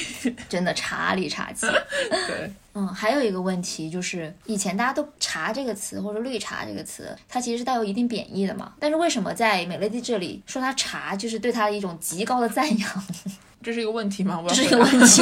A: 真的查理查气。
B: 对，
A: 嗯，还有一个问题就是，以前大家都“茶”这个词或者“绿茶”这个词，它其实是带有一定贬义的嘛。但是为什么在美乐蒂这里说它“茶”，就是对它的一种极高的赞扬，
B: 这是一个问题吗？我要
A: 这是
B: 回
A: 一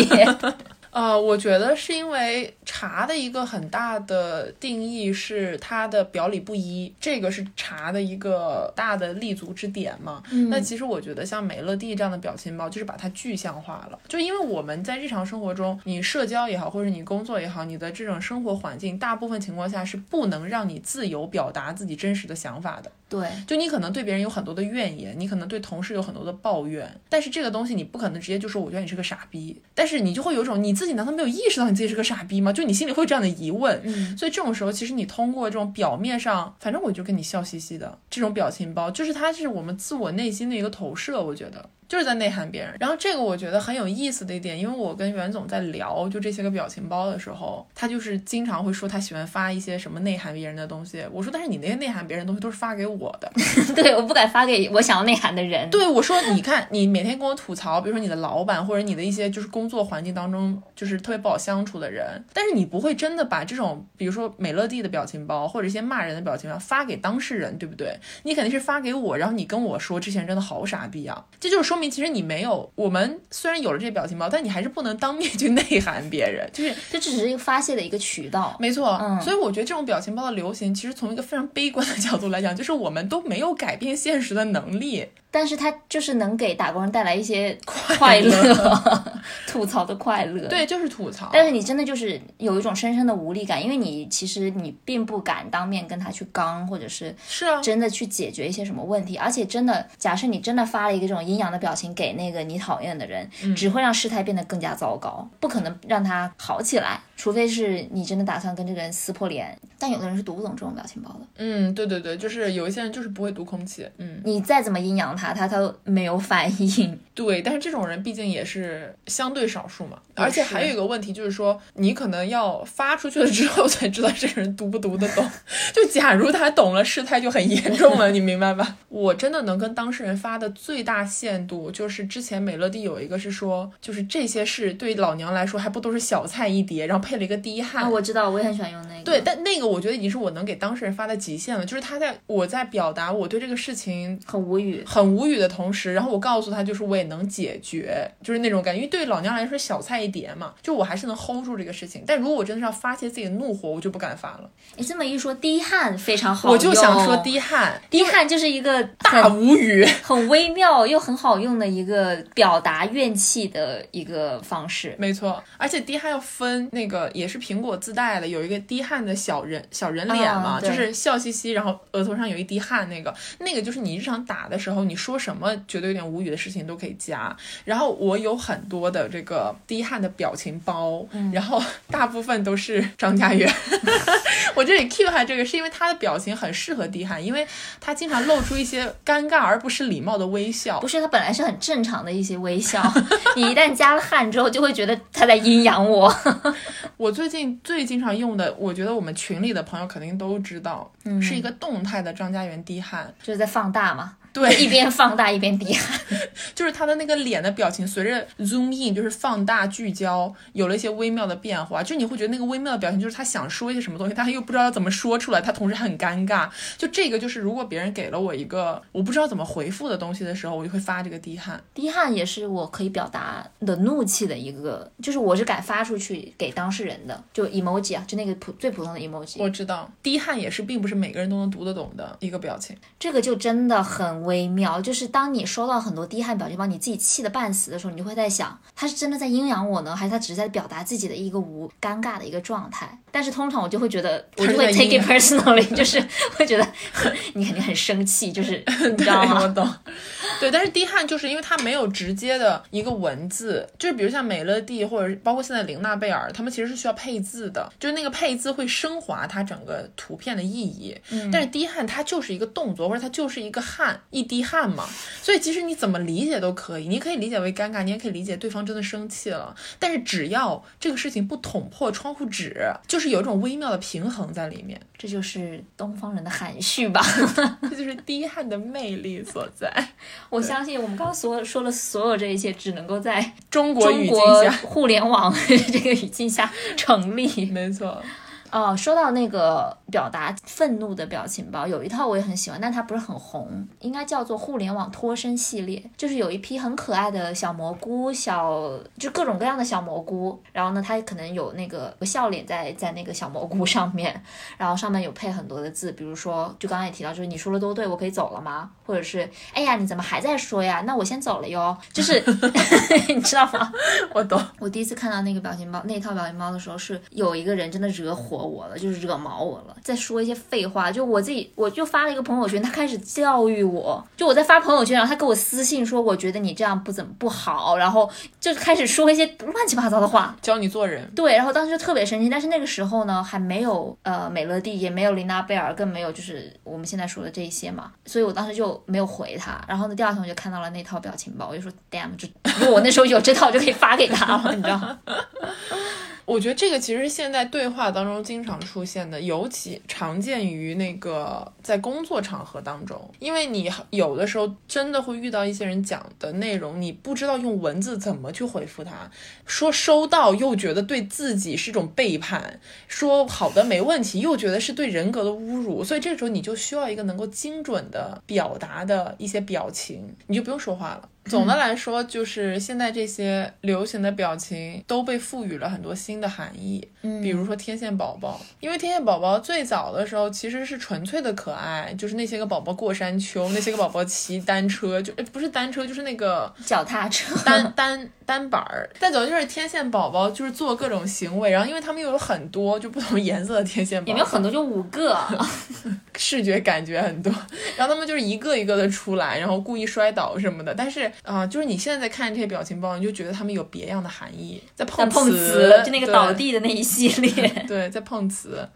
B: 答
A: 个问
B: *laughs*
A: 题。 *laughs*
B: 呃，我觉得是因为茶的一个很大的定义是它的表里不一，这个是茶的一个大的立足之点嘛。那其实我觉得像美乐蒂这样的表情包，就是把它具象化了。就因为我们在日常生活中，你社交也好，或者你工作也好，你的这种生活环境，大部分情况下是不能让你自由表达自己真实的想法的。
A: 对，
B: 就你可能对别人有很多的怨言，你可能对同事有很多的抱怨，但是这个东西你不可能直接就说我觉得你是个傻逼，但是你就会有一种你自自己难道没有意识到你自己是个傻逼吗？就你心里会有这样的疑问。
A: 嗯
B: 所以这种时候，其实你通过这种表面上，反正我就跟你笑嘻嘻的这种表情包，就是它是我们自我内心的一个投射，我觉得。就是在内涵别人，然后这个我觉得很有意思的一点，因为我跟袁总在聊就这些个表情包的时候，他就是经常会说他喜欢发一些什么内涵别人的东西。我说，但是你那些内涵别人的东西都是发给我的，
A: 对，我不敢发给我想要内涵的人。
B: 对，我说，你看，你每天跟我吐槽，比如说你的老板或者你的一些就是工作环境当中就是特别不好相处的人，但是你不会真的把这种比如说美乐蒂的表情包或者一些骂人的表情包发给当事人，对不对？你肯定是发给我，然后你跟我说这些人真的好傻逼啊！这就是说明其实你没有，我们虽然有了这些表情包，但你还是不能当面去内涵别人，就是
A: 这只是一个发泄的一个渠道。
B: 没错，
A: 嗯
B: 所以我觉得这种表情包的流行，其实从一个非常悲观的角度来讲，就是我们都没有改变现实的能力。
A: 但是它就是能给打工人带来一些快乐， *laughs* 吐槽的快乐。，
B: 对，就是吐槽。
A: 但是你真的就是有一种深深的无力感，因为你其实你并不敢当面跟他去刚，或者是
B: 是啊，
A: 真的去解决一些什么问题。而且真的，假设你真的发了一个这种阴阳的表情给那个你讨厌的人，只会让事态变得更加糟糕，不可能让他好起来，除非是你真的打算跟这个人撕破脸。但有的人是读不懂这种表情包的。
B: 嗯，对对对，就是有一些人就是不会读空气，嗯，
A: 你再怎么阴阳他，他都没有反应。
B: 对，但是这种人毕竟也是相对少数嘛，而
A: 也
B: 且还
A: 是
B: 有一个问题就是说，你可能要发出去了之后才知道这个人读不读得懂， *laughs* 就假如他懂了，事态就很严重了，你明白吧？ *laughs* 我真的能跟当事人发的最大限度就是之前美乐蒂有一个是说，就是这些事对老娘来说还不都是小菜一碟，然后配了一个滴汗，
A: 啊， *laughs* 我知道，我也很喜欢用那个。
B: 对，但那个我觉得已经是我能给当事人发的极限了，就是他在我在表达我对这个事情
A: 很无语。
B: 很无语的同时，然后我告诉他，就是我也能解决，就是那种感觉，因为对老娘来说小菜一碟嘛，就我还是能 hold 住这个事情。但如果我真的是要发泄自己的怒火，我就不敢发了，
A: 你这么一说，滴汗非常好用。
B: 我就想说滴汗，
A: 滴汗就是一个
B: 大
A: 很
B: 无语。
A: 很微妙又很好用的一个表达怨气的一个方式。
B: 没错，而且滴汗要分那个也是苹果自带的，有一个滴汗的小人小人脸嘛，
A: 啊对
B: 就是笑嘻嘻，然后额头上有一滴汗，那个那个就是你日常打的时候，你说什么觉得有点无语的事情都可以加。然后我有很多的这个滴汗的表情包，
A: 嗯
B: 然后大部分都是张家源。 *laughs* 我这里 Q 他这个是因为他的表情很适合滴汗，因为他经常露出一些尴尬而不失礼貌的微笑
A: 不。是，它本来是很正常的一些微笑， *laughs* 你一旦加了汗之后，就会觉得他在阴阳我。
B: 我最近最经常用的，我觉得我们群里的朋友肯定都知道，是一个动态的张家源滴汗，
A: 就是在放大嘛。
B: 对
A: 一边放大一边滴汗，
B: 就是他的那个脸的表情随着 zoom in，就是放大聚焦，有了一些微妙的变化。就你会觉得那个微妙的表情，就是他想说一些什么东西，但他又不知道怎么说出来，他同时很尴尬。就这个，就是如果别人给了我一个我不知道怎么回复的东西的时候，我就会发这个滴汗。
A: 滴汗也是我可以表达的怒气的一个，就是我是敢发出去给当事人的，就 emoji 啊，就那个普最普通的 emoji。
B: 我知道滴汗也是并不是每个人都能读得懂的一个表情。
A: 这个就真的很微妙，就是当你收到很多滴汗表情包，你自己气得半死的时候，你就会在想，他是真的在阴阳我呢，还是他只是在表达自己的一个无尴尬的一个状态？但是通常我就会觉得，我就会
B: 他是在
A: take
B: 阴
A: it
B: 阳
A: personally，就是 *laughs* 会觉得你肯定很生气，
B: *laughs*
A: 就是你知道
B: 对，我
A: 吗？
B: 懂。啊 *laughs* 对，但是滴汗就是因为它没有直接的一个文字，就是比如像美乐蒂或者是包括现在玲娜贝尔，他们其实是需要配字的，就是那个配字会升华它整个图片的意义。嗯、但是滴汗它就是一个动作，或者它就是一个汗，一滴汗嘛。所以其实你怎么理解都可以，你可以理解为尴尬，你也可以理解对方真的生气了。但是只要这个事情不捅破窗户纸，就是有一种微妙的平衡在里面，
A: 这就是东方人的含蓄吧。
B: 这就是滴汗的魅力所在。
A: 我相信我们刚刚所说了所有这一切，只能够在
B: 中国
A: 中
B: 语境
A: 国
B: 下。
A: 互联网 *laughs* 这个语境下成立。
B: 没错，
A: 哦，说到那个表达愤怒的表情包，有一套我也很喜欢，但它不是很红，应该叫做互联网脱身系列，就是有一批很可爱的小蘑菇，小就各种各样的小蘑菇，然后呢，它可能有那个笑脸在在那个小蘑菇上面，然后上面有配很多的字，比如说就刚刚也提到，就是你说的都对，我可以走了吗？或者是哎呀，你怎么还在说呀？那我先走了哟，就是 *laughs* 你知道吗？
B: *laughs* 我懂。
A: 我第一次看到那个表情包那套表情包的时候，是有一个人真的惹火我了，就是惹毛我了，在说一些废话。就我自己，我就发了一个朋友圈，他开始教育我，就我在发朋友圈，然后他给我私信说，我觉得你这样不怎么不好，然后就开始说一些乱七八糟的话。
B: 教你做人。
A: 对，然后当时就特别生气，但是那个时候呢，还没有呃美乐蒂，也没有琳娜贝尔，更没有就是我们现在说的这一些嘛，所以我当时就没有回他。然后呢，第二天我就看到了那套表情包，我就说 damn，就如果我那时候有这套，我就可以发给他了，你知道吗？
B: 我觉得这个其实现在对话当中经常出现的，尤其常见于那个在工作场合当中，因为你有的时候真的会遇到一些人讲的内容，你不知道用文字怎么去回复他，说收到又觉得对自己是一种背叛，说好的没问题又觉得是对人格的侮辱，所以这个时候你就需要一个能够精准的表达的一些表情，你就不用说话了。总的来说，就是现在这些流行的表情都被赋予了很多新的含义，嗯，比如说天线宝宝，因为天线宝宝最早的时候其实是纯粹的可爱，就是那些个宝宝过山丘，那些个宝宝骑单车，就呃不是单车，就是那个
A: 脚踏车，
B: 单单单板儿，再走就是天线宝宝，就是做各种行为，然后因为他们又有很多就不同颜色的天线宝宝，
A: *laughs* 也没有很多，就五 *laughs* 个。
B: 视觉感觉很多， *laughs* 然后他们就是一个一个的出来，然后故意摔倒什么的。但是啊、就是你现在在看这些表情包，你就觉得他们有别样的含义，在
A: 在
B: 碰
A: 碰瓷，就那个
B: 对
A: 倒地的那一系列。
B: 对，在碰瓷，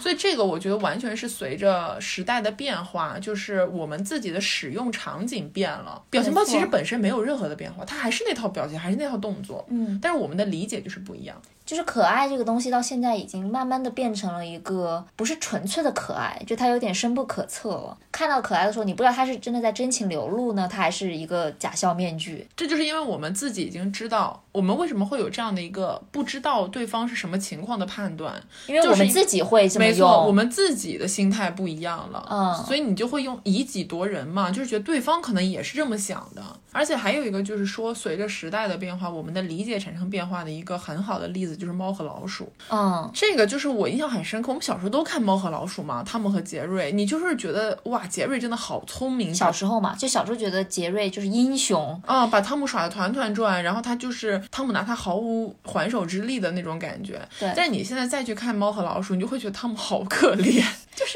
B: 所以这个我觉得完全是随着时代的变化，就是我们自己的使用场景变了。表情包其
A: 没
B: 实
A: 错
B: 本身没有任何的变化，它还是那套表情，还是那套动作，
A: 嗯，
B: 但是我们的理解就是不一样。
A: *laughs* 就是可爱这个东西到现在已经慢慢的变成了一个不是纯粹的可爱，就它有点深不可测了。看到可爱的时候，你不知道它是真的在真情流露呢，它还是一个假笑面具。
B: 这就是因为我们自己已经知道，我们为什么会有这样的一个不知道对方是什么情况的判断，
A: 因为
B: 就是
A: 我们自己会这么
B: 没
A: 用，
B: 错，我们自己的心态不一样了，
A: 嗯
B: 所以你就会用以己度人嘛，就是觉得对方可能也是这么想的。而且还有一个就是说，随着时代的变化，我们的理解产生变化的一个很好的例子就是猫和老鼠。
A: 嗯，
B: 这个就是我印象很深刻，我们小时候都看猫和老鼠嘛，汤姆和杰瑞，你就是觉得哇，杰瑞真的好聪明，
A: 小时候嘛，就小时候觉得杰瑞就是英雄，
B: 啊、把汤姆耍得团团转，然后他就是汤姆拿他毫无还手之力的那种感觉。
A: 对
B: 但是你现在再去看《猫和老鼠》，你就会觉得汤姆好可怜。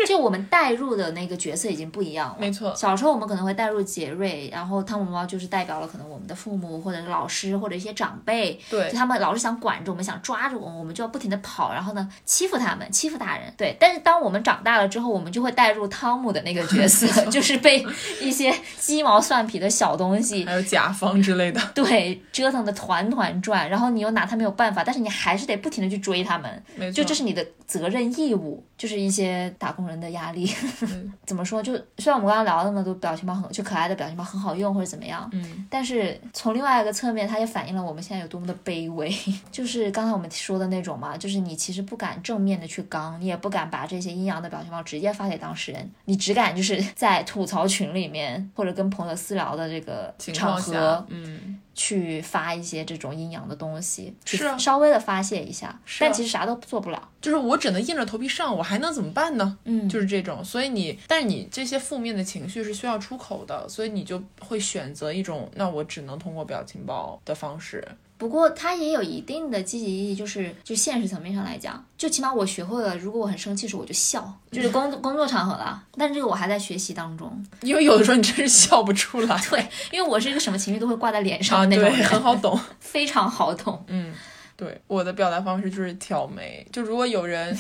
A: 就我们带入的那个角色已经不一样了。
B: 没错
A: 小时候我们可能会带入杰瑞，然后汤姆猫就是代表了可能我们的父母或者是老师或者一些长辈，
B: 对
A: 就他们老是想管着我们，想抓着我们，我们就要不停的跑，然后呢欺负他们，欺负大人。对，但是当我们长大了之后，我们就会带入汤姆的那个
B: *laughs*
A: 角色，就是被一些鸡毛蒜皮的小东西
B: 还有甲方之类的，
A: 对折腾的团团转，然后你又拿他没有办法，但是你还是得不停的去追他们，
B: 没错，
A: 就这是你的责任义务，就是一些打工人的压力。
B: 嗯
A: *laughs* 怎么说？就虽然我们刚刚聊了那么多表情包很就可爱的表情包很好用或者怎么样，
B: 嗯，
A: 但是从另外一个侧面，它也反映了我们现在有多么的卑微。 *laughs* 就是刚才我们说的那种嘛，就是你其实不敢正面的去刚，你也不敢把这些阴阳的表情包直接发给当事人，你只敢就是 *laughs* 在吐槽群里面或者跟朋友私聊的这个
B: 情
A: 场
B: 况
A: 合
B: 下，嗯，
A: 去发一些这种阴阳的东西，去
B: 是啊
A: 稍微的发泄一下，
B: 是
A: 但
B: 啊
A: 其实啥都做不了。
B: 就是我只能硬着头皮上，我还能怎么办呢？
A: 嗯
B: 就是这种，所以你，但是你这些负面的情绪是需要出口的，所以你就会选择一种，那我只能通过表情包的方式，
A: 不过它也有一定的积极意义，就是就现实层面上来讲，就起码我学会了，如果我很生气的时候我就笑，
B: 嗯
A: 就是工作工作场合啦。但这个我还在学习当中， *laughs*
B: 因为有的时候你真是笑不出来
A: 对，因为我是一个什么情绪都会挂在脸上
B: 啊，
A: 的那种
B: 对，
A: 人，
B: 很好懂。
A: 非常好
B: *laughs*
A: 懂。
B: 嗯，对，我的表达方式就是挑眉。就如果有人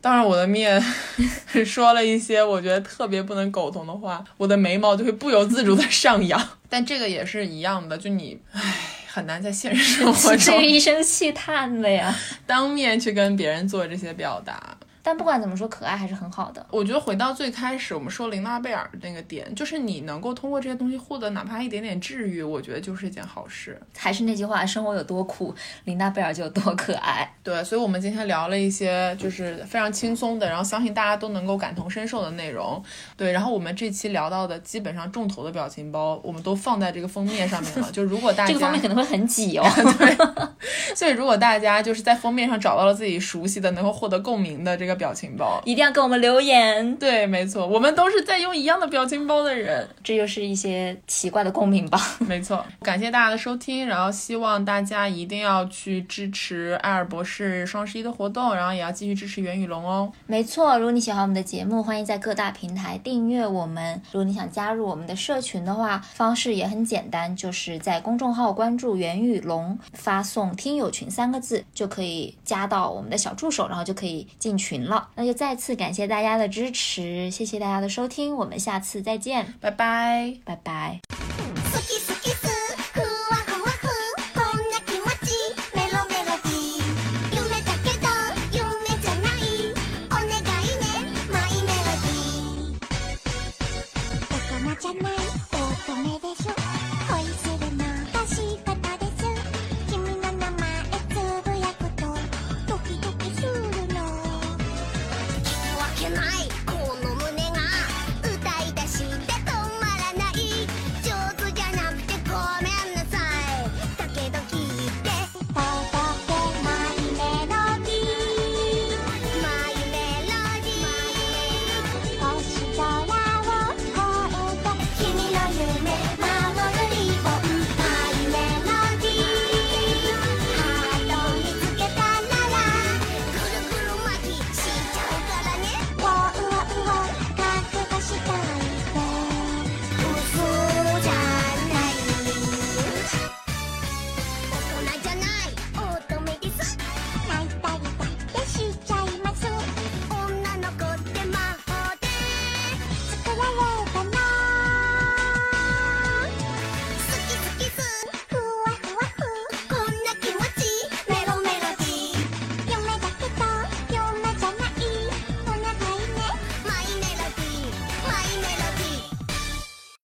B: 当着我的面 *laughs* 说了一些我觉得特别不能苟同的话，我的眉毛就会不由自主 *laughs* 的上扬。但这个也是一样的，就你，唉，很难在现实生 *laughs* 活
A: 这个
B: 中
A: 一声气叹的呀。
B: 当面去跟别人做这些表达。
A: 但不管怎么说，可爱还是很好的。
B: 我觉得回到最开始我们说琳娜贝尔的那个点，就是你能够通过这些东西获得哪怕一点点治愈，我觉得就是一件好事。
A: 还是那句话，生活有多苦，琳娜贝尔就有多可爱。
B: 对，所以我们今天聊了一些就是非常轻松的，然后相信大家都能够感同身受的内容。对，然后我们这期聊到的基本上重头的表情包，我们都放在这个封面上面了。就如果大家
A: *laughs* 这个方面可能会很挤哦。 *laughs*
B: 所以如果大家就是在封面上找到了自己熟悉的、能够获得共鸣的这个个表情包。
A: 一定要给我们留言，
B: 对，没错，我们都是在用一样的表情包的人。
A: 这就是一些奇怪的共鸣吧。
B: 没错，感谢大家的收听，然后希望大家一定要去支持艾尔博士双十一的活动，然后也要继续支持袁宇龙哦。
A: 没错，如果你喜欢我们的节目，欢迎在各大平台订阅我们。如果你想加入我们的社群的话，方式也很简单，就是在公众号关注“袁宇龙”，发送“听友群”三个字，就可以加到我们的小助手，然后就可以进群了。那就再次感谢大家的支持，谢谢大家的收听，我们下次再见，
B: 拜拜。
A: 拜拜。